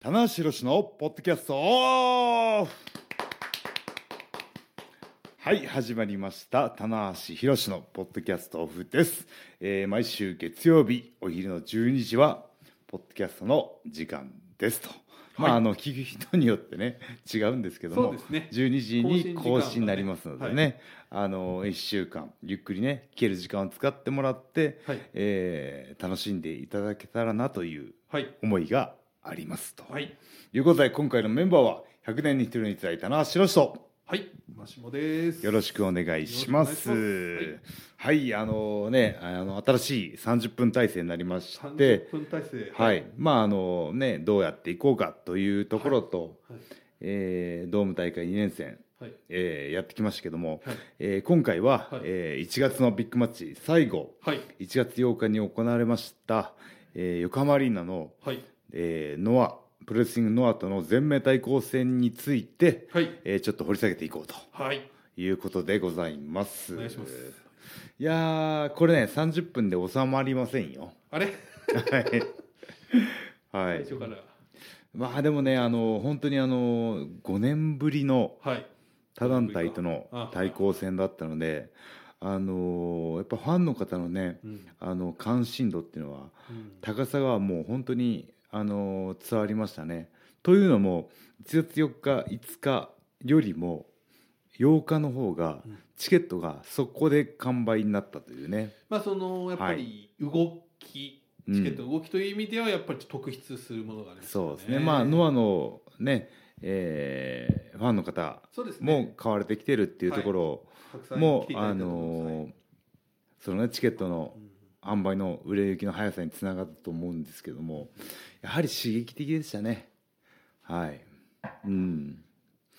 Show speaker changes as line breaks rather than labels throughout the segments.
棚橋宏のポッドキャストオフはい始まりました棚橋宏のポッドキャストオフです、えー毎週月曜日お昼の12時はポッドキャストの時間ですと、まああの聞く人によってね違うんですけども
そうですね
12時に更新になりますので
更新時間が
ね、あの1週間ゆっくりね聞ける時間を使ってもらって、
はい
えー楽しんでいただけたらなという
はい。
思いがありますと、
はい。
い、うことで今回のメンバーは100年に一人にいただいたな白石と
はい。マシモです。
よろしくお願いします
よろしくお
はい、あのねあの新しい30分体制になりまし
三
て
十分体制。
はいまああのねどうやっていこうかというところと、
はい。
えードーム大会2年戦
はい。
えーやってきましたけども、
はい
えー今回は、
はい
えー1月のビッグマッチ最後
はい。
1月8日に行われました、えー横浜アリーナの、
はい。
えーノアプロレスリングノアとの全面対抗戦について、
はい。
えーちょっと掘り下げていこうと
はい。
いうことでございます
お願いします。
いやーこれね30分で収まりませんよ
あれ。
はい、は
最
い、
初から。
まあでもねあの本当にあの5年ぶりの
はい。
他団体との対抗戦だったので、あのーやっぱファンの方のね、
うん。
あの関心度っていうのは
うん
高さがもう本当にあのー伝わりましたね。というのも1月4日5日よりも8日の方が
うん
チケットがそこで完売になったというね。
まあ、その、やっぱり動き。
うん
チケットの動きという意味では、やっぱりちょっと特筆するものがありますよ。
そうですね。まあノアのね、えーファンの方
そうですね。
も買われてきてるっていうところを、
たくさん
も
来て
う
いただ
あ
いたと思い
の
ます
ーそのねチケットの
うん
販売の売れ行きの速さにつながったと思うんですけどもやはり刺激的でしたねはいうん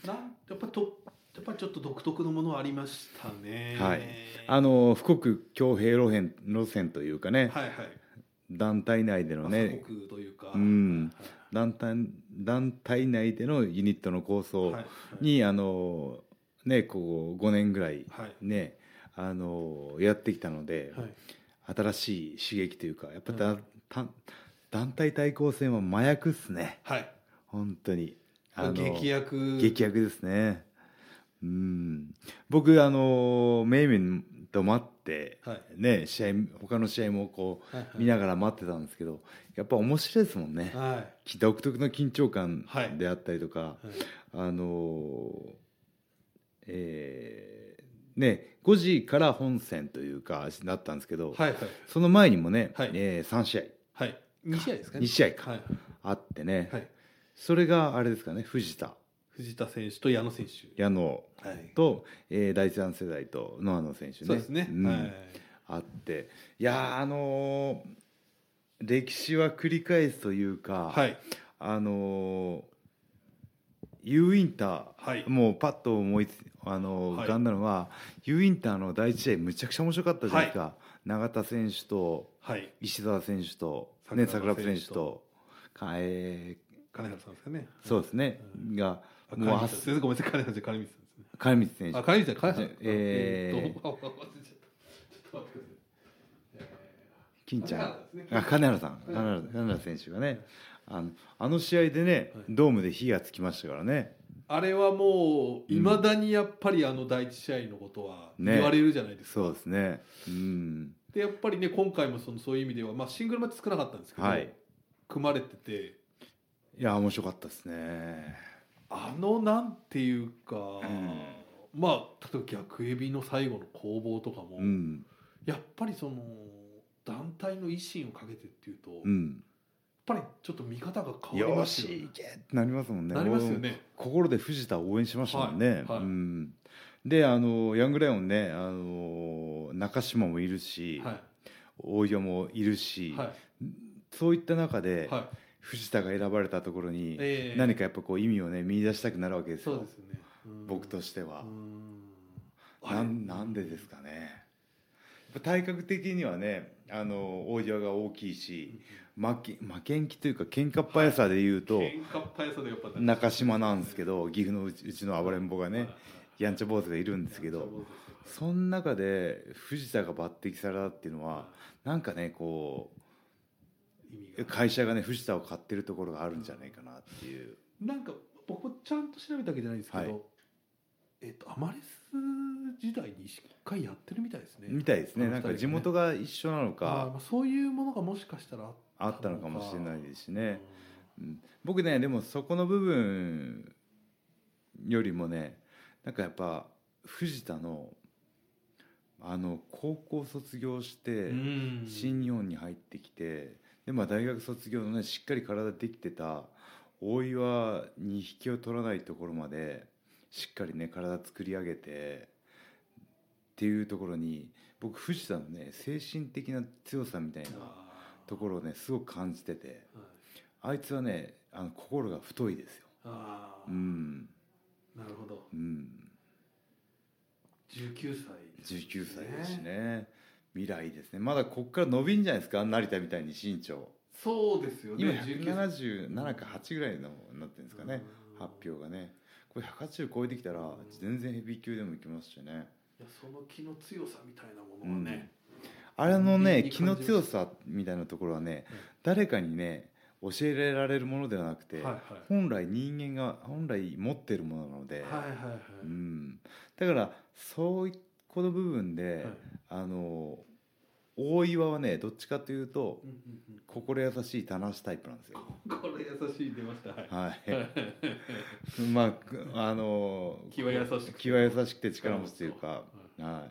なん、やっぱと。やっぱりちょっと独特のものはありましたね。
はいあの富国強兵路線路線というかね、
はいはい。
団体内での
ね、
ね
鎖国というか。
うん団体団体内でのユニットの構
はい。
想
はい。
に、あのねこう5年ぐらい
はい。
ねあのやってきたので、
はい。
新しい刺激というかやっぱ
うん
だ、た団体対抗戦は麻薬っすね
はい。
本当にあの
劇薬。
劇薬ですねうん僕あのメイメンと待って
はい。
ね試合他の試合もこ
はい。
う見ながら待ってたんですけどやっぱ面白いですもんね
はい。
独特の緊張感
はい
であったりとか、
はい。
あのえーね5時から本戦というかだったんですけど、
はい。
その前にもね、
はい
え3試合
はい。二試合ですかね。
二試合か
はい。
あってね、
はい。
それがあれですかね藤田
藤田選手と矢野選手。
矢野
はい。
と、えー第三世代とノアの選手ね
そうですね。
ん
はい。
あっていやーあのー歴史は繰り返すというか、
はい。
あのー、U ウィンタ
はい
ー。もうパッと思いつあのー
はい
浮かんだのは、U ウィンターの第一試合むちゃくちゃ面白かったじゃないですか、永田選手と
はい。
石澤選手と、ね、桜
桜
田
田
選
選
手
手と
とかえ
金原さんですかね。
ーそうですね、
うん
が
あ
もう
金光さん先生ごめんなさい。金原さんじゃ、金光さんですね。
金光選手
あ、金光さん、金原さん。
えー
っと、忘れちゃった。ちょっと待ってください
金ちゃん
金原ですね
あ金原さん
金
金
原
原金原選手がねあのあの試合でね、
はい
ドームで火がつきましたからね
あれはもう、いまだにやっぱり、あの第一試合のことは。
ね
言われるじゃないですか。
そうですねうん
でやっぱりね今回もそのそういう意味では、まあ、シングルマッチ少なかったんですけど、
はい
組まれてて
いや面白かったですね
あのなんていうか、
ん
まあ例えば逆エビの最後の攻防とかも、
うん
やっぱりその団体の維新をかけてっていうと、
う
やっ
ん
ぱりちょっと見方が変わり
よ
ますよ
し
ね
い。けってなりますもんね
なりますよ
もう
ね。
心で藤田を応援しましたもんね、
はいはい
うんであのヤングライオンねあの中島もいるし、
は
大岩もいる
い
し、
はい
そういった中で、
はい。
藤田が選ばれたところに、
えー
何かやっぱこう意味をね見出したくなるわけです
そう
よ
ですよね。うん
僕としては
う、ん
なんなんでですかねやっぱ体格的にはねあの大岩が大きいし負け負けん気というか喧嘩っ早さで言うと、
喧嘩っ早さでやっぱ
中島なんですけど岐阜のうちうちの暴れん坊がね、やんちゃ坊主がいるんですけ
そ
ど
うです
その中で藤田が抜擢されたっていうのはなんかねこう
意味が
会社がね藤田を買ってるところがあるんじゃないかなっていう
なんか僕もちゃんと調べたわけじゃないんですけど、
はい
えっとアマレス時代に一回やってるみたいですね
みたいですね
あの
なんか
二人
地元が一緒なの
あー
か
まあそういうものがもしかしたら
あったのかもしれないですしね、
うん
うん、僕ねでもそこの部分よりもねなんかやっぱ藤田のあの高校卒業して
うん
新日本に入ってきてで、まあ、大学卒業のねしっかり体できてた大岩に引きを取らないところまでしっかりね体作り上げてっていうところに僕藤田のね精神的な強さみたいな
あー
ところをねすごく感じてて
は
あ
い
いつはねあの心が太いですよ。
あー
うん
なるほど
うん、
19歳
19歳ですしね未来ですねまだこっから伸びんじゃないですか成田みたいに身長
そうですよね
今
19
177か8ぐらいのなってるんですかね、
うん
発表がねこれ180超えてきたら
うん
全然ヘビー級でもいきますしね
いやその気の強さみたいなものはね、
あれのね
いい
気の
感じです
強さみたいなところはね、
うん
誰かにね教えられるものではなくて、
はいはい
本来人間が本来持ってるものなので、
はいはいはい、
うん、だからそういうこの部分で、
はい
あの大岩はねどっちかというと
うんうんうん
心優しい棚橋タイプなんですよ。
これ優しい出ましたはい
はい まあく、あの
気は優しくて
気は優しくて力持ちというか、
は
は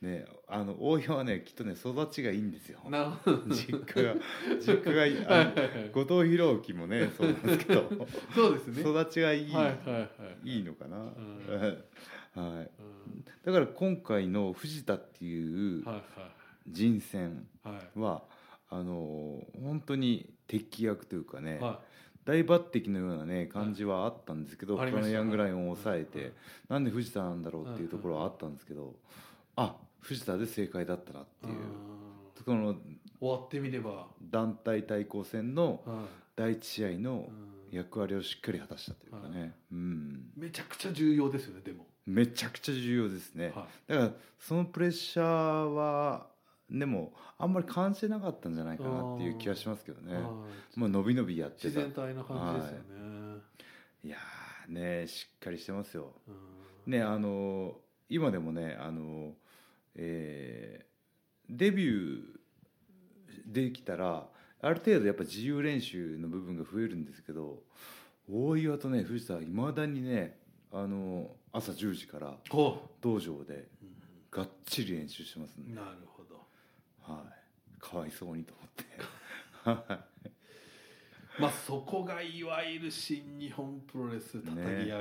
いね、あの大岩はねきっとね育ちがいいんですよ
いなるほど
実家が実家がいいあの後藤弘樹もねそうなんですけど
そう ですね
育ちがいい、
はいはいはい
い、いのかな、はい、
うん
だから今回の藤田っていう
はい
人選
はいはい
はあの本当に敵役というかね、
は
大抜擢のようなね感じはあったんですけど、
はいあり
他
まし
の
た
ヤングライオンを抑えて、
はい
なんで藤田なんだろうっていうところはあったんですけど、あ藤田で正解だったなって
い
いう、
うん
この
終わってみれば
団体対抗戦の
は
第一試合の
いうん
役割をしっかり果たしたというかね、うん、
めちゃくちゃ重要ですよねでも
めちゃくちゃ重要ですね、
は
だからそのプレッシャーはでもあんまり感じてなかったんじゃないかなっていう気はしますけど
い
ね、
はい
もう伸び伸びやって
自
たい
然体な感じですよね
やーねしっかりしてますよ
うん
ねあの今でもねあの、えーデビューできたらある程度やっぱ自由練習の部分が増えるんですけど大岩とね藤田はいまだにねあの朝10時から
こ
道場で
う
がっちり練習してます
うん
で、
んなるほど
はい、かわいそうにと思っては
まあそこがいわゆる新日本プロレス叩き上げ
い、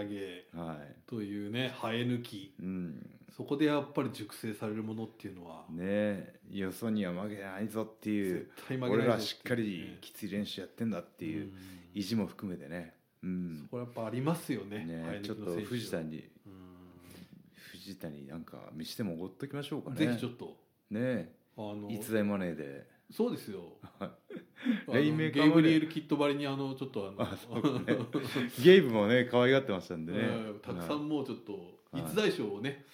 はい
というね生え抜き
うん、
そこでやっぱり熟成されるものっていうのは
ねよそには負けないぞっていう
絶対負けな
俺
いぞ
ら
ていうね
しっかりきつい練習やってんだっていう意地も含めてね、う
うん
ん
そこやっぱありますよね生え
ね
抜、き
ちょ
の
っと
選手
藤田に
うん
藤田になんか飯でもおごっときましょうかね
ぜひちょっと
ね
あの
逸材マネーで
そうですよ
はい
あの
レインメ
ゲ
ーカーまで
ブリエル・キットばりにあのちょっとあの
あ そうねゲイブもね可愛がってましたんでね、
うんたくさんもうちょっと
はい
逸材賞をね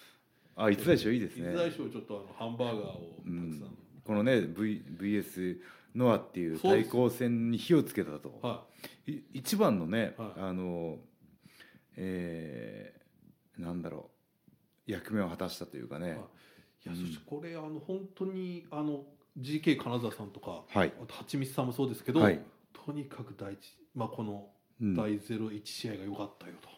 あ逸材賞いいです
逸
ね
材賞をちょっとあのハンバーガーをたくさん
このね、v、VS ノアっていう
そうで
対
す
抗戦に火をつけたと、
はい
一番のね、
はい
あのえーなんだろう役目を果たしたというかね
い
う
や
ん
そしてこれあの本当にあの GK 金沢さんとか
はい
あとはちみつさんもそうですけど、
はい、
とにかく第一、まあ、この
うん
第01試合が良かったよと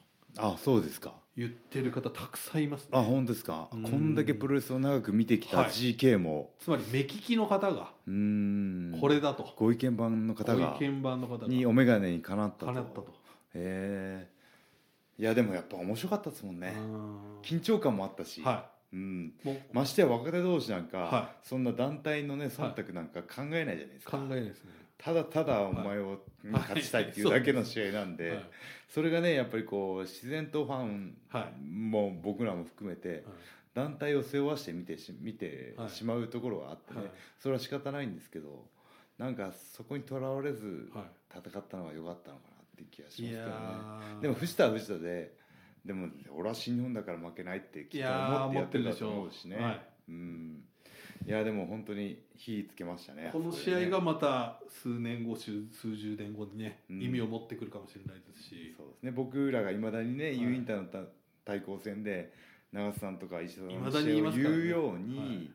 あそうですか
言ってる方たくさんいますね
あ本当ですか、
うん
こんだけプロレスを長く見てきた
はい
GK も、
つまり目利きの方が
うーん
これだと、
ご意見番の方が
ご意見番の方が
にお眼鏡にかなったと
かなったと、
へえいやでもやっぱ面白かったですもんね
うん
緊張感もあったし、
は
うん、
いもう
ましてや若手同士なんか、
は
そんな団体のね忖度なんか考えないじゃないですか、
考えないですね、
ただただお前を
い
勝ちたいっていうだけの試合なんで、
はい
それがねやっぱりこう自然とファン
は
も僕らも含めて団体を背負わして見てし見て
はい
しまうところはあってね、
はい
それは仕方ないんですけどなんかそこにとらわれず
は
戦ったのが良かったのかなっていう気がします
い、い
け
や
どね
ー
でも藤田は藤田ででも俺は新日本だから負けないってき
い
っと
や
思って
ー思
や
っ
って
て
る
るで
だ
し
と思
ょ
うし
う、
ね。
はい
うんいやでも本当に火つけましたね
この試合がまた数年後数数十年後にね、
うん
意味を持ってくるかもしれないですし
そうですね僕らがいまだにね、
い
ユーインターのた対抗戦で長瀬さんとか石田さんの
未だに言
試
い
合を
ますからね
言うように、
はい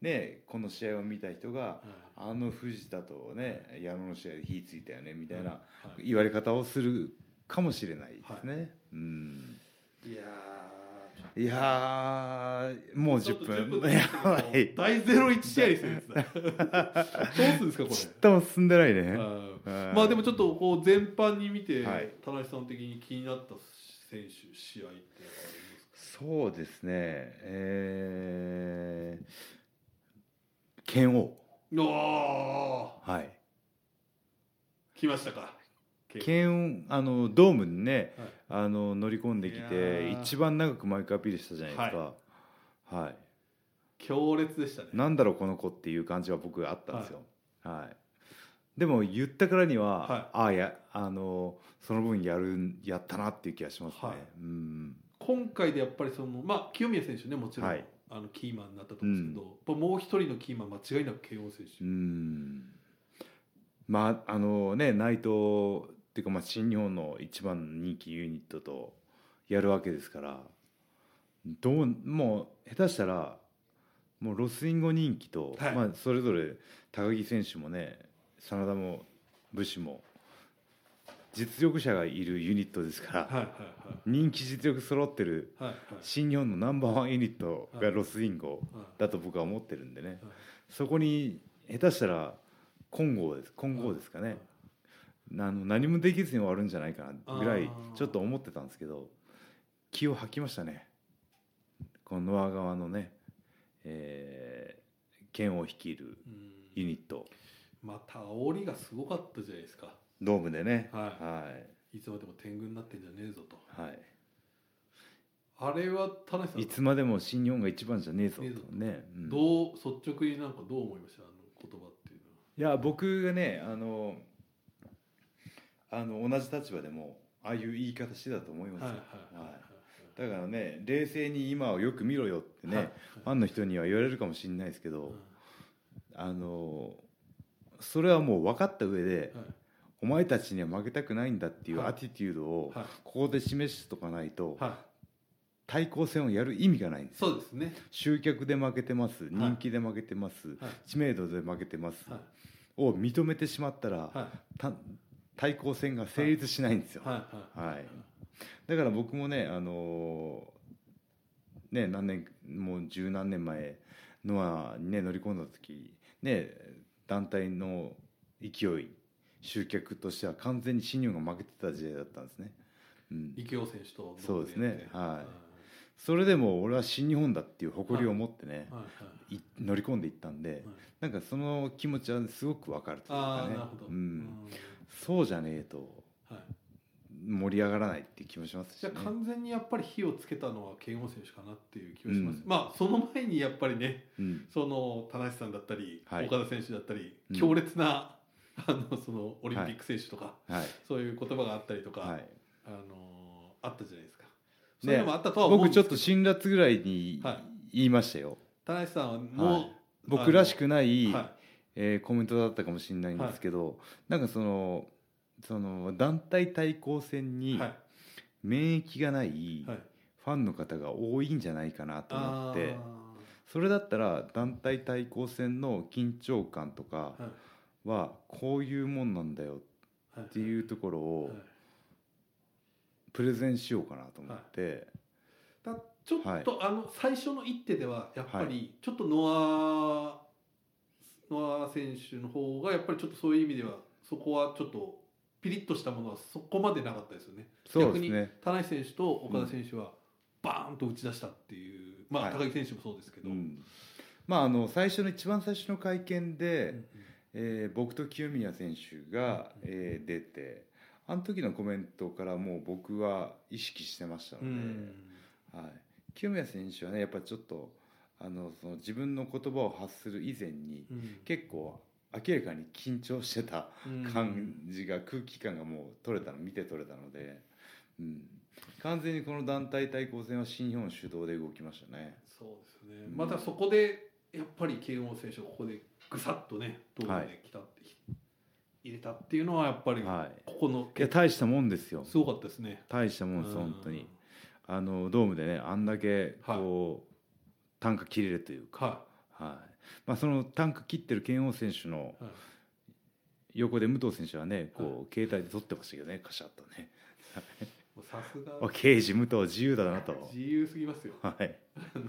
ね、この試合を見た人が
は
あの藤田とね矢野の試合で火ついたよねみ
い
たいな
はい
言われ方をするかもしれないですね、うん
いや
いやーもう
ーちょっ
10分
と10 分
やばい
大ゼロ一試合ですよ、 実はどうするんですか、こ
ちっ
れ。
とも進んでないね
あ
うん
ーまあでもちょっとこう全般に見て、
はい
田中さん的に気になった選手、試合っていうのはありますか
そうですねえー、剣王
お
はい
ー来ましたか。
検温あのドームにね、
はい
あの乗り込んでき
いや
て
ー
一番長くマイクアピールしたじゃないですかはい、
強烈でしたね。
なんだろうこの子っていう感じは僕あったんですよはい、でも言ったからには、
は
ああやあのその分やるんやったなっていう気がしますね、
はい
うん
今回でやっぱりその、まあ、清宮選手ね、もちろん、
はい
あのキーマンになったと思うんですけど、やっぱもう一人のキーマン、間違いなく慶応選手
う。んまああのね内藤っていうかまあ新日本の一番人気ユニットとやるわけですからどうもう下手したらもうロスインゴ人気と、
はい
まあ、それぞれ高木選手もね真田も武士も実力者がいるユニットですから、
はいはい
人気実力揃ってる
はい。はいはい。
新日本のナンバーワンユニットが
はい
ロスインゴ
はい
だと僕は思ってるんでね。
はい
そこに下手したら金剛です金剛ですかね、あの何もできずに終わるんじゃないかなぐらい
あー
ちょっと思ってたんですけど気を吐きましたねこのノア側のね、えー、剣を率いる
うん
ユニット
また煽りがすごかったじゃないですか。
ドームでね
は。
はい
いつまでも天狗になってんじゃねえぞと。
い、はい
あれは田中さん、
いつまでも新日本が一番じゃねえぞ
ねえぞ
とね、うん
どう率直になんかどう思いましたあの言葉っていうの
い
は。
や僕がねあのあの同じ立場でもああいう言い方してたと思いますよ、
はいはい
はいだからね冷静に今をよく見ろよってね、
はい
ファンの人には言われるかもしれないですけど、
はい
あのそれはもう分かった上で、
はい
お前たちには負けたくないんだっていう
はい
アティテュードを
はい
ここで示しとかないと、
は
対抗戦をやる意味がないんで
い。
すよ
そうですね。
集客で負けてます人気で負けてます、
はい
知名度で負けてます、
はい
を認めてしまったら、
はい
た対抗戦が成立しないんですよ、
はいはい
はいだから僕もね、あのね何年もう十何年前ノアにね乗り込んだ時ね団体の勢い集客としては完全に新日本が負けてた時代だったんですね、うん、
池尾選手と
そうですね
同盟で
はいそれでも俺は新日本だっていう誇りを持ってね、
はいはい
い乗り込んでいったんで、
はい
なんかその気持ちはすごくわかるという
あ
か
あ
ね
なるほど。
う
うん
ん、そうじゃねえと
はい。
盛り上がらないっていう気もしますし、
じゃ
ね、
あ完全にやっぱり火をつけたのは慶応選手かなっていう気がしま
う
す、
ん
まあその前にやっぱりね
うん、
その田無さんだったり、
はい
岡田選手だったり
うん
強烈な、あのそのオリンピック選手とか、
はい
そういう言葉があったりとか、
はい
あのあったじゃないですかそういうのもあったとは思うん
僕
で
ちょ
す
っ
け
と
ど、
辛辣ぐらいに
は
言いましたよ、
田無さんはもう、
はい僕らしくない、
は
えーコメントだったかもしれないんですけど、なんかそのその団体対抗戦
い
に
はい
免疫がない
はい
ファンの方が多いんじゃないかなと思
あ
って、
ー
それだったら団体対抗戦の緊張感とか
はい
はこういうもんなんだよ
はい
っていうところ
はい
をプレゼンしようかなと思って、
だちょっと、あの最初の一手ではやっぱ
は
りちょっとノア、ノア選手の方がやっぱりちょっとそういう意味ではそこはちょっとピリッとしたものはそこまでなかったですよね。
そうですね
田中選手と岡田選手はバーンと打ち出したっていう、まあ
はい
高木選手もそうですけど、
うんまああの最初の一番最初の会見
う
で、
ん
えー僕と清宮選手が、
うん
えー出てあの時のコメントからもう僕は意識してましたの
う
で、
ん
はい、清宮選手はねやっぱちょっとあのその自分の言葉を発する以前に
うん
結構明らかに緊張してた
うん
感じが、空気感がもう取れたの見て取れたので、うん、完全にこの団体対抗戦は新日本主導で動きましたね。
そうですね、
うん
またそこでやっぱり慶応選手がここでぐさっとねどう
はい
で来たって、入れたっていうのはやっぱり
は
ここの
いや大したもんですよ
すごかったですね。
大したもんです
うん
本当にあのドームでねあんだけこう、単価切れるというか、
は
はいまあ、その単価切ってる剣王選手の
い、はい
横で武藤選手はねこう携帯で撮ってましたけどねカシャッとね
もうさす
あ
が
刑事武藤自由だなと
自由すぎますよ。
はい
あの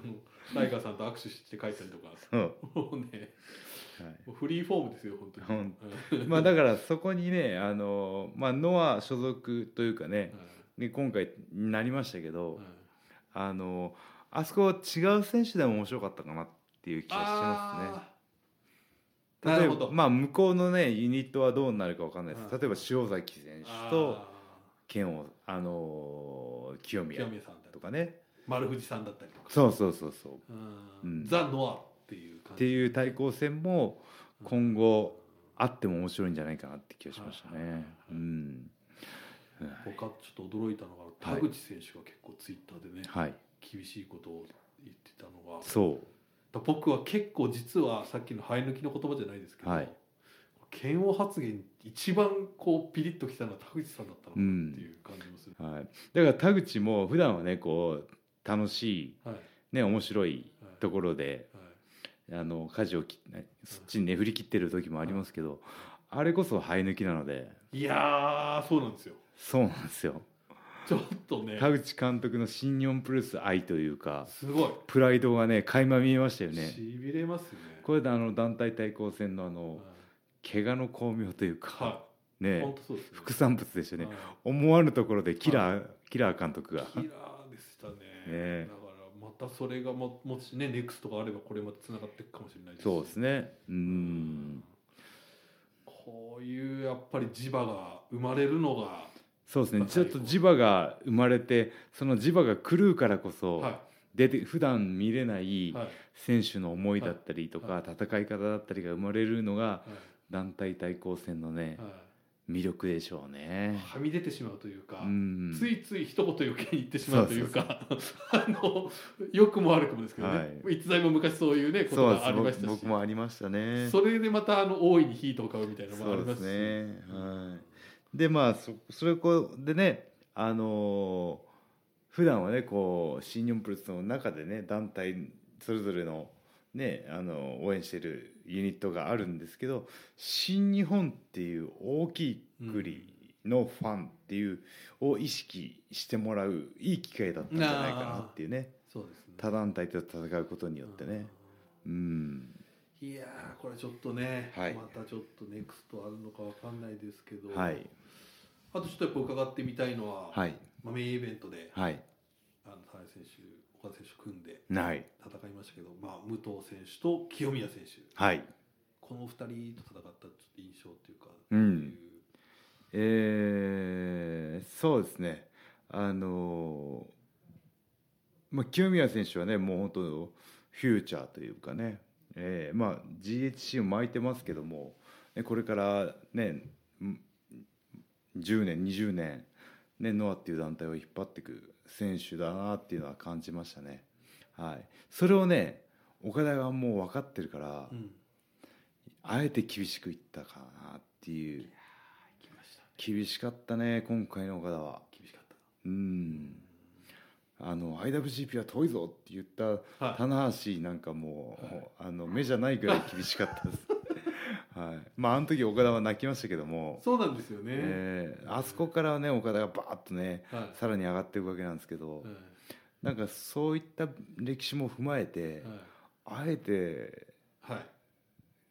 ライガーさんと握手して書いたりとか、
うん
もうね、
はい
もうフリーフォームですよ本当に。
本まあだからそこにねあの、まあ、ノア所属というかねで今回になりましたけ
うん
ど
うん
あのあそこは違う選手でも面白かったかなっていう気がしますね。
あーな
例え
る
ば
ほど。
まあ向こうのねユニットはどうなるかわかんないです
うん
例えば塩崎選手と剣をあのー清
あー
宮
清宮さんだ
と
とか
かね
丸藤さんだったりとか。
そうそうそうそう
う
うん
ん、ザ・ノアっていう感
っ
じ
ていう対抗戦も今後あっても面白いんじゃないかなって気がしました
はいはいはい
ね。うん
他ちょっと驚いたのが
は
田
い
口選手が結構ツイッターでね、
はい、
厳しいことを言ってたのが
そう
僕は結構実はさっきの生え抜きの言葉じゃないですけど、
はい
嫌悪発言一番こうピリッときたのは田口さんだったのかなっていう感じもする、
はい、だから田口も普段はねこう楽しい、
はい
ね、面白い
はい
ところで
はい
あの舵を切ねそっちにね振り切ってる時もありますけどあれこそ生え抜きなので
いやーそうなんですよ
そうなんですよ
ちょっとね
田口監督の新日本プロレス愛というか
すごい
プライドがね垣間見えましたよね
し。びれますよね
これであの団体対抗戦のあの
は
怪我の巧妙という
い、
か、
は
ね
い、本当そうですね
副産物でしたね、
はい
思わぬところでキラー、キラー監督が
キラーでしたね
え
だからまたそれがももしねネクストがあればこれまでつながっていくかもしれないですし
そうですねう
うんこういうやっぱり磁場が生まれるのが
そうです
や
ね
っぱ
ちょっと磁場が生まれてその磁場が狂うからこそ、
は
出て普段見れない
いはい、はい
選手の思いだったりとか、
は
戦い方だったりが生まれるのが団体対抗戦のね、
は
魅力でしょう
い、
ね。
はみ出てしまうというか、
うん
ついつい一言余計に言ってしまうというかあの良くも悪くもですけどね、い、つだいも昔そういうねこと
そう
がありま
で
し
す
た
僕
し
もありましたね。
それでまたあの大いにヒートを買うみたいなのも
そ
あり
う
ま
ですす
し
ね。はい。でまあそそれこでねあのー普段はねこう新日本プロレスの中でね団体それぞれのねあの応援してるユニットがあるんですけど新日本っていう大きい国のファンっていうを意識してもらういい機会だったんじゃないかなっていうね
そうですね
他団体と戦うことによってねうん
いやーこれちょっとね、
はい
またちょっとネクストあるのかわかんないですけど、
はい
あとちょっとやっぱ伺ってみたいのは、
はい
まあ、メインイベントで
はい
あの田中選手岡田選手組んで
ない
戦いましたけど、まあ、武藤選手と清宮選手
はい
この二人と戦ったちょっと印象というか、
うんえーそうですね、あのーまあ、清宮選手はね、もう本当、フューチャーというかね、えーまあ、GHC を巻いてますけども、ね、これから、ね、ん10年、20年、ね、ノアっていう団体を引っ張っていく選手だなっていうのは感じましたね。はい、それをね岡田がもう分かってるから、
うん、うん
あえて厳しくいったかなっていう
行きました
厳しかったね今回の岡田は
厳しかった
うんあの IWGP は遠いぞって言った
はい
棚橋なんかもう、
はい
あの目じゃないぐらい厳しかったです はいまああの時岡田は泣きましたけども、
そうなんですよね、
えーあそこからね岡田がバーッとね
はい
さらに上がっていくわけなんですけど、
はい
なんかそういった歴史も踏まえて、あえて
はいはい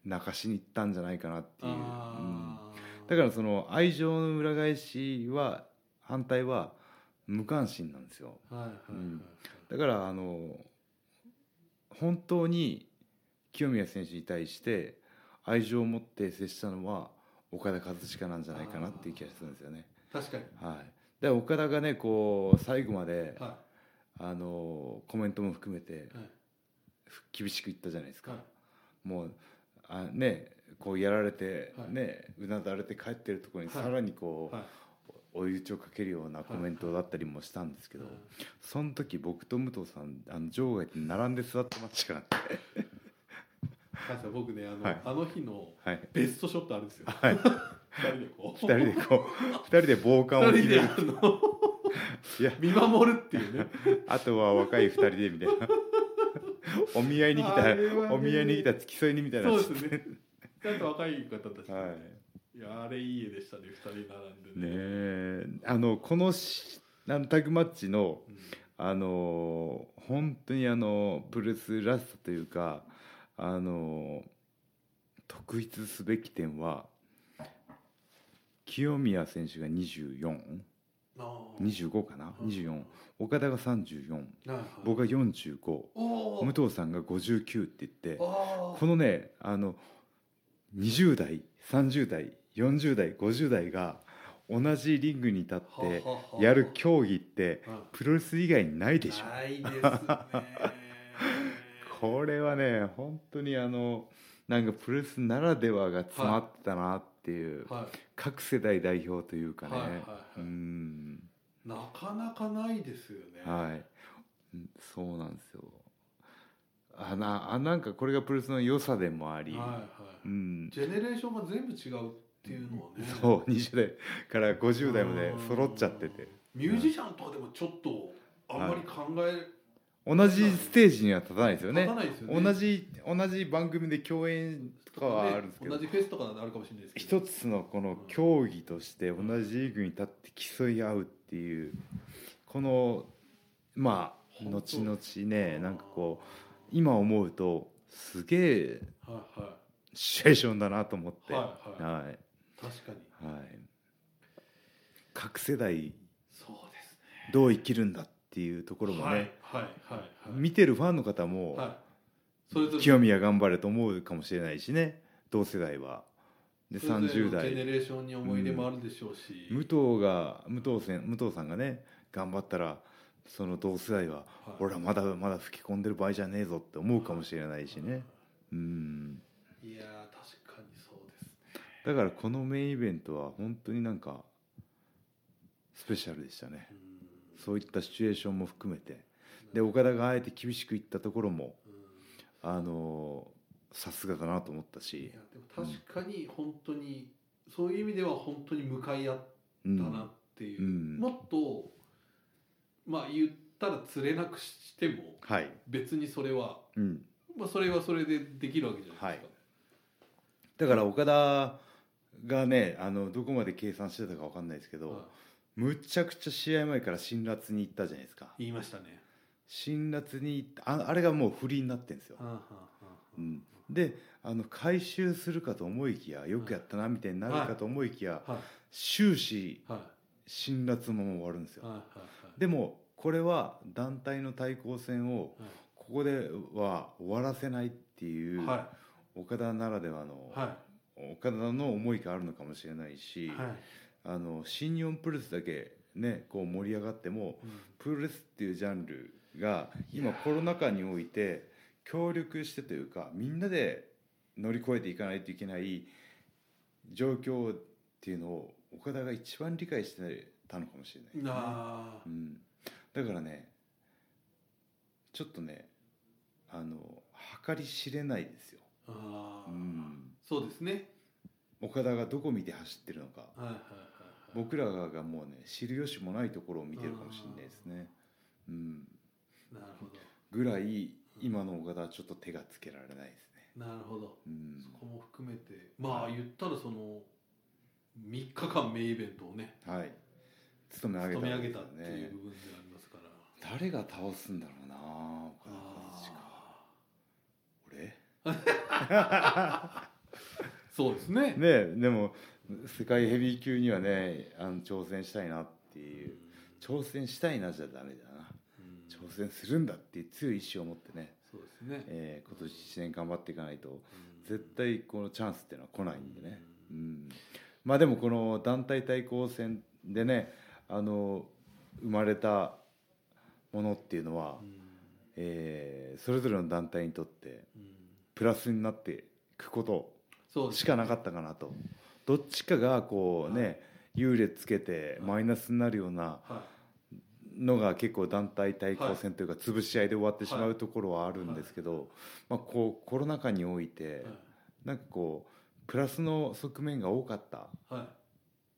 泣かしに行ったんじゃないかなっていう、うん
あー
だからその愛情の裏返しは反対は無関心なんですよ
はいはいはいはい
うんだからあの本当に清宮選手に対して愛情を持って接したのは岡田和親なんじゃないかなっていう気がするんですよね。
確かに
はい、で岡田がねこう最後まで
は
あのコメントも含めて
いはい
厳しく言ったじゃないですか。
はい
もうあねこうやられて、
はい
ねうなだれて帰ってるところに
はい
さらにこう、
はい
追い打ちをかけるようなコメントだったりもしたんですけど、その時僕と武藤さんあの場外で並んで座ってましたからね
関しては僕ねあの,、
はい
あの日の
はい
ベストショットあるんですよ。
はい
二人でこう
二人でこう二人 で防寒を
二
決め
人で
る
あの
いや
見守るっていうね。
あとは若い二人でみたいな お見合いに来
あれは
た
ね
お見合いに来た付き添いにみたいな
そうですね。ちゃんと若い方たち、、
はい
やあれいい絵でしたね二人並ん
い
で
ね
ね。
えあのこのしあのタッグマッチの
うん
あのー本当にあのプロレスらしさというかあのー特筆すべき点は清宮選手が2425
ああ
かな24。岡田が34
はいはい
僕が45
おー
武藤さんが59って言って
あ
こ
ー
のねあの20代30代40代50代が同じリングに立って
ははは
やる競技って
うん
プロレス以外にないでしょ。
ないですね
これはね本当にあのなんかプロレスならではが詰まってたなっていう、
は
各世代代表というかね、
はいはいは
う
い
ん
い、なかなかないですよね、
はいうんそうなんですよあなあなんかこれがプロレスの良さでもあり、
はいは
う
い
ん、
ジェネレーションが全部違うっていうのはね
そう20代から50代まで
うん
揃っちゃってて
ミュージシャンとかでもちょっとあんまり考え
同じステージには立たないですよ
立
ね
たないですよね
同じ同じ番組で共演とかはあるんですけど
同じフェスとかなんてあるかもしれないですけ
一
ど
つのこの競技として同じリーグに立って競い合うっていうこのまあ
本当
後々ねなんかこう今思うとすげえ
うはいは
シチュエーションだなと思って
いはいは
はい
い確かに
はい各世代
そうですね
どう生きるんだっていうところも
はい
ね
はいはい
見てるファンの方も
はいはいそれぞれ
清宮頑張れと思うかもしれないしね同世代は。で
それぞれの
30
ジェ
代
ネレーションに思い入れもあるでしょうし、
武藤が武藤せん武藤さんがね頑張ったらその同世代は
はい
俺はまだまだ吹き込んでる場合じゃねえぞって思うかもしれないしねうん
いやー確かにそうですね
だからこのメインイベントは本当になんかスペシャルでしたね
うん
そういったシチュエーションも含めてで岡田があえて厳しくいったところも
うん
あのーさすがだなと思った
い
し
や、でも確かに本当に、そういう意味では本当に向かい合っ
うん
たなっていう、
うん
もっとまあ言ったら釣れなくしても
はい、
別にそれは、
うん、
まあ、それはそれでできるわけじゃないですか、
だから岡田がねあのどこまで計算してたか分かんないですけど、
はい
むちゃくちゃ試合前から辛辣に行ったじゃないですか
言いましたね
辛辣に行ったああれがもう不利になってんですよ、
はあは
うん、であの回収するかと思いきやよくやったなみたいになるかと思いきや、
あはあはい
終始
はい
辛辣も終わるんですよ、
はいはい
でもこれは団体の対抗戦をここでは終わらせないっていう、
はい
岡田ならではの、
は
岡田の思いがあるのかもしれない
い
し、
はい
あの新日本プロレスだけねこう盛り上がっても、
うん
プロレスっていうジャンルが今コロナ禍において協力してというかみんなで乗り越えていかないといけない状況っていうのを岡田が一番理解してたのかもしれないですね、
なあ
うん、だからねちょっとねあの計り知れないですよ、
あー
うん、
そうですね
岡田がどこ見て走ってるのか
はいはいはいはい
僕らがもうね知る由もないところを見てるかもしれないですね。うん
なるほど
ぐらい今の岡田はちょっと手がつけられないですね。
なるほど、
うん
そこも含めてまあ言ったらその3日間メインイベントをね
はい。務め上げ
務
た,、
め上げたっていう部分ではありますから、
誰が倒すんだろうな岡田和親か。
あ
俺？
ーそうですね
ねえでも世界ヘビー級にはねあの挑戦したいなっていう挑戦したいなじゃダメだな
うん
挑戦するんだっていう強い意志を持ってね、
そうですね、
えー今年一年頑張っていかないと
うん
絶対このチャンスっていうのは来ないんでね。うん、まあでもこの団体対抗戦でねあの生まれたものっていうのは
う、ん
えーそれぞれの団体にとって
うん
プラスになっていくこ
そう
と
です
しかなかったかなとどっちかがこうね優劣つけてマイナスになるような
は
のが結構団体対抗戦というか潰し合いで終わってしまうところはあるんですけど、まあ、こうコロナ禍においてなんかこうプラスの側面が多かった
はい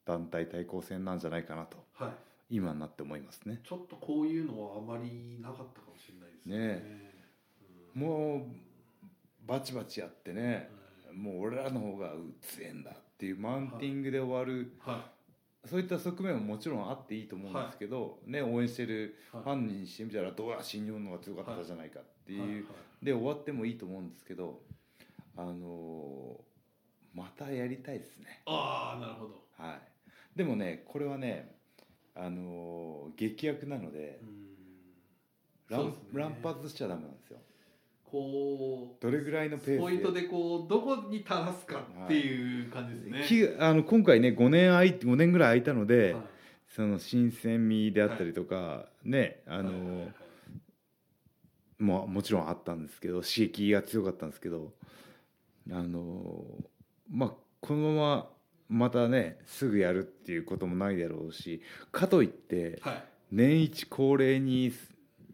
団体対抗戦なんじゃないかなと
はい
今になって思いますね。
ちょっとこういうのはあまりなかったかもしれないですね。
ね
うん
もうバチバチやってね
う
もう俺らの方が強えんだっていうマウンティングで終わる、
んは
そういった側面ももちろんあっていいと思うんですけど、ね、応援してる
いはい
ファンにしてみたらどうや新日本の方が強かったじゃないかっていう、
はいはい
で終わってもいいと思うんですけどあのーまたやりたいですね
ああなるほど。
はいでもねこれはねあのー劇薬なので
うん
乱,、
そうですね
乱発しちゃダメなんですよ
こう
どれぐらいのペースで
ポイントでこうどこに垂らすかっていう感じですね。
きあの今回ね5年空いて5年ぐらい空いたので、
はい
その新鮮味であったりとか、ねあのー、
はいはいはい
ももちろんあったんですけど刺激が強かったんですけどあのまあこのまままたねすぐやるっていうこともないだろうしかといって
はい
年一恒例に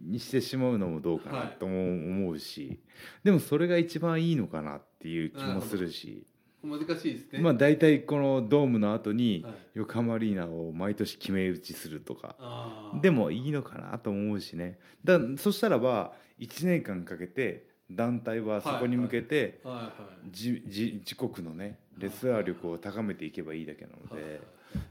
にしてしまうのもどうかな
はい
とも思うし、でもそれが一番いいのかなっていう気もするし
難しいですね。
まあ大体このドームの後に
はい
横浜アリーナを毎年決め打ちするとか
あー
でもいいのかなと思うしねだそしたらば1年間かけて団体はそこに向けて
はいは
じじ自国のねレスラー力を高めていけばいいだけなの
いはい
で、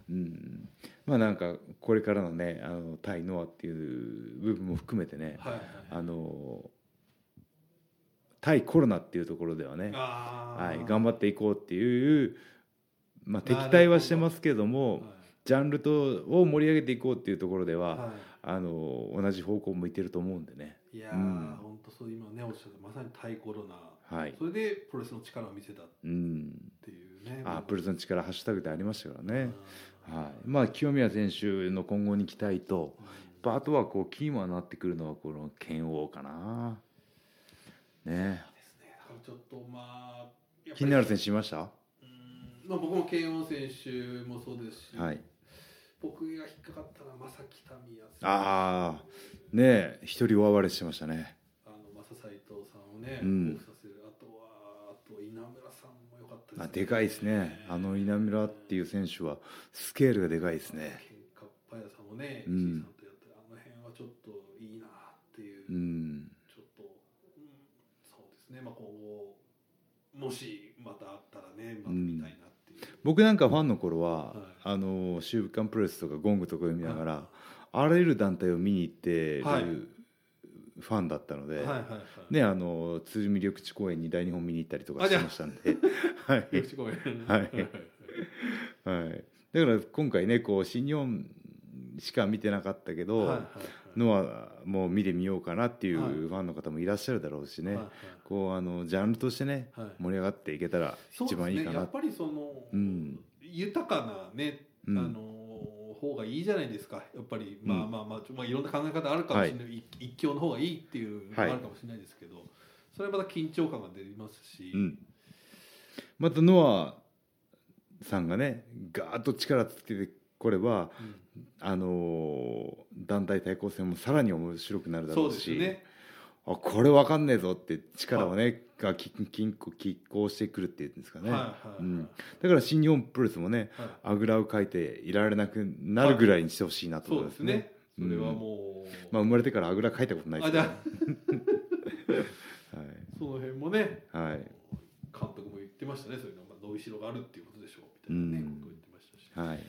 うん、まあなんかこれからのねあの対ノアっていう部分も含めてね
はいはい
あの対コロナっていうところではね、
あ
はい、
張
頑張っていこうっていう、まあ、敵対はしてますけどもジャンルとを盛り上げていこうっていうところでは、
は
あの同じ方向向いてると思うんでね。
い、いや
うん
ー本当そう今ねおっしゃったまさに対コロナ、
はい。
それでプロレスの力を見せたっ
うん。
ていうね
あ、プロレスの力ハッシュタグでありましたからね。
うん
はい。まあ清宮選手の今後に期待と、
うん
あとはこうキーマンになってくるのはこの剣王かな。ね。
ですねだからちょっとまあやっぱり
気になる選手いました？
うんまあ僕も慶応選手もそうですし、
はい。
僕が引っかかったのは正木民也選手
あねえ、一人大暴れしてましたね。
あの正斎藤さんをね、
うん
多くさせるあとはあと稲村さんも良かったです、ね、
あ、でかいですね。あの稲村っていう選手はスケールがでかいですね。
喧嘩っ早さもね、
う
うんん、さんとやってるあの辺はちょっといいなっていう、
うん。
ちょっと、うん、そうですねまあ今後もしまたあったらねまた見たいなっていう、
僕なんかファンの頃は、
はい
あの週刊プロレスとかゴングとか読みながら、
は
あらゆる団体を見に行ってる
はい
ファンだったので、
はいはいはい
ねあの鶴見緑地公園に大日本見に行ったりとか
あ
し
じ
て
ゃあ
ましたんで、 はい
よろしくお願いします
はい
はいはい
はい、だから今回ねこう新日本しか見てなかったけど、
はいはい
のはもう見てみようかなっていう
はい
ファンの方もいらっしゃるだろうしね、
はいはい
こうあのジャンルとしてね
はい
盛り上がっていけたら
そう
一
です
番いい
ね
か
や
な
っぱりその、
うん
豊かなね、
うん
あの方がいいじゃないですかやっぱりまあ
うん
まあまあ、まあいろんな考え方あるかもしれない、一一強の方がいいっていうのもあ
はい
るかもしれないですけど、それはまた緊張感が出ますし、
うん、またノアさんがねガーッと力つけてこれば、
う
あのー団体対抗戦もさらに面白くなる
ん
だろ
そう
う
です
し
よね
あこれわかんねえぞって力をねがき均衡拮抗してくるっていうんですかね、
はいはいはい、
うんだから新日本プロレスもね
はい
あぐらをかいていられなくなるぐらいにしてほしいなと
そ
思い
う
ま
です
すね。
ねそれはもう、
まあ、生まれてからあぐらかいたことないです
あ
け
じ
ど、
ゃ
ね
あその辺もね
はいはい
監督も言ってましたねそういうの、まあ、伸びしろがあるっていうことでしょうみたいなね、
うん
ことを言ってましたし
はい、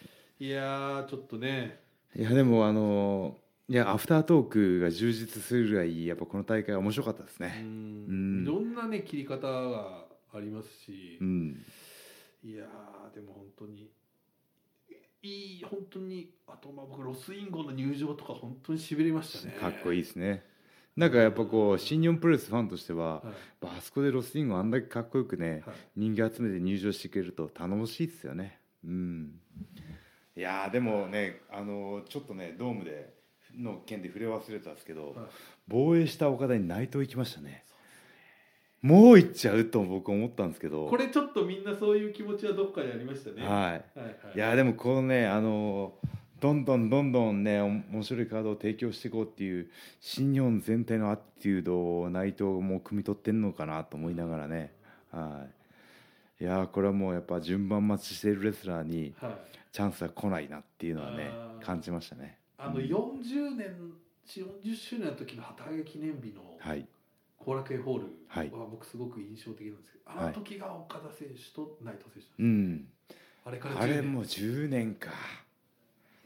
いやーちょっとね
いやでもあのいやアフタートークが充実するぐらいやっぱこの大会は面白かったです
う
ね。うん
んいろんなね切り方がありますし、
うん、
いやーでも本当にいい本当にあとまあ僕ロスインゴの入場とか本当にしびれましたね
かっこいい
い、
ですね。なんかやっぱこう新日本プロレスファンとしては
はい
やっぱあそこでロスインゴあんだけかっこよくね
はい
人気集めて入場してくれると頼もしいですよね。うん、いやーでもねあのちょっとねドームでの件で触れ忘れたんですけど、
はい
防衛した岡田に内藤行きましたね。もう行っちゃうと僕思ったんですけど
これちょっとみんなそういう気持ちはどっかでありましたね
はい、
はいはい
いやでもこのねあのどんどんどんどんねお面白いカードを提供していこうっていう新日本全体のアティテュードを内藤も汲み取ってんのかなと思いながらね、はい、いやーこれはもうやっぱ順番待ちしてるレスラーに
はい、
チャンスが来ないなっていうのはね
あー
感じましたね。
あの40年40周年の時の旗揚げ記念日の
はい、
後楽園ホール
はい
は僕すごく印象的なんですけど、
はい
あの時が岡田選手と内藤選手、
うん、
あれから
あ
10
れ
年
もう10年か。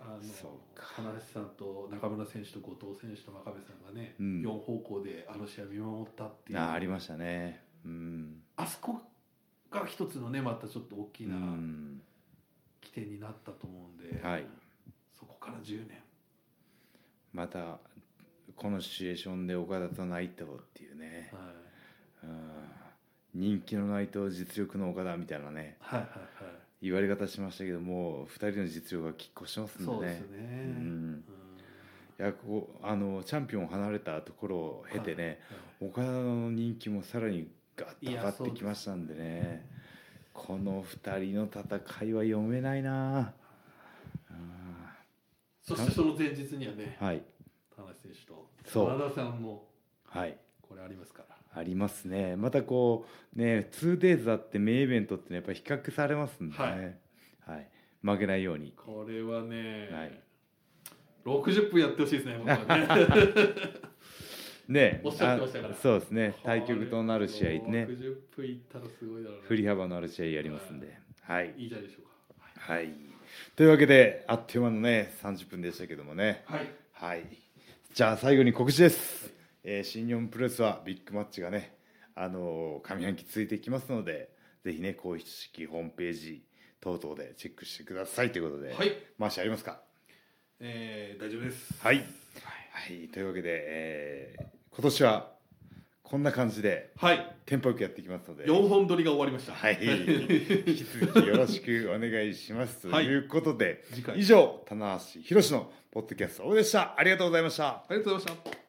あの
そうか
金橋さんと中村選手と後藤選手と真壁さんがね、
うん
4方向であの試合見守ったっていう
あーありましたね。うん、
あそこが一つのねまたちょっと大き
う
なん起点になったと思うんで、
はい
そこから10年
またこのシチュエーションで岡田と内藤っていうね、うん人気の内藤実力の岡田みたいなね
はいはいはいはい
言われ方しましたけどもう2人の実力が拮抗してますんでね
そうですね、
うんいやこうあのチャンピオンを離れたところを経てね、岡田の人気もさらにガッと上がってきましたんで
はい、
ねこの2人の戦いは読めないなうん
そしてその前日にはね
はい
田中選手と
そう
真田さんの
はい
これありますから
ありますね。またこうね、2days あってメインイベントって、ね、やっぱり比較されますんでね。はい。負けないように。
これはね、
はい
60分やってほしいですね僕 はね
ね。
おっしゃってましたから
あそうですね。対局となる試合ね。
60分いったらすごいだろうな
振り幅のある試合やりますんで。はい。
いいじゃないでしょうか
はい。というわけで、あっという間のね、30分でしたけどもね。
はい、
はい。じゃあ最後に告知です。えー新日本プロレスはビッグマッチがね、あのー上半期続いていきますので、ぜひね、公式ホームページ等々でチェックしてくださいということで、
はい
マーシーありますか
えー、大丈夫です
はいはい、というわけで、えー今年はこんな感じで
はい、
テンポよくやっていきますので、
4本撮りが終わりました
はい、引き続きよろしくお願いします。
はい
ということで、
次回
以上、棚橋宏のポッドキャストオフでした。ありがとうございました。
ありがとうございました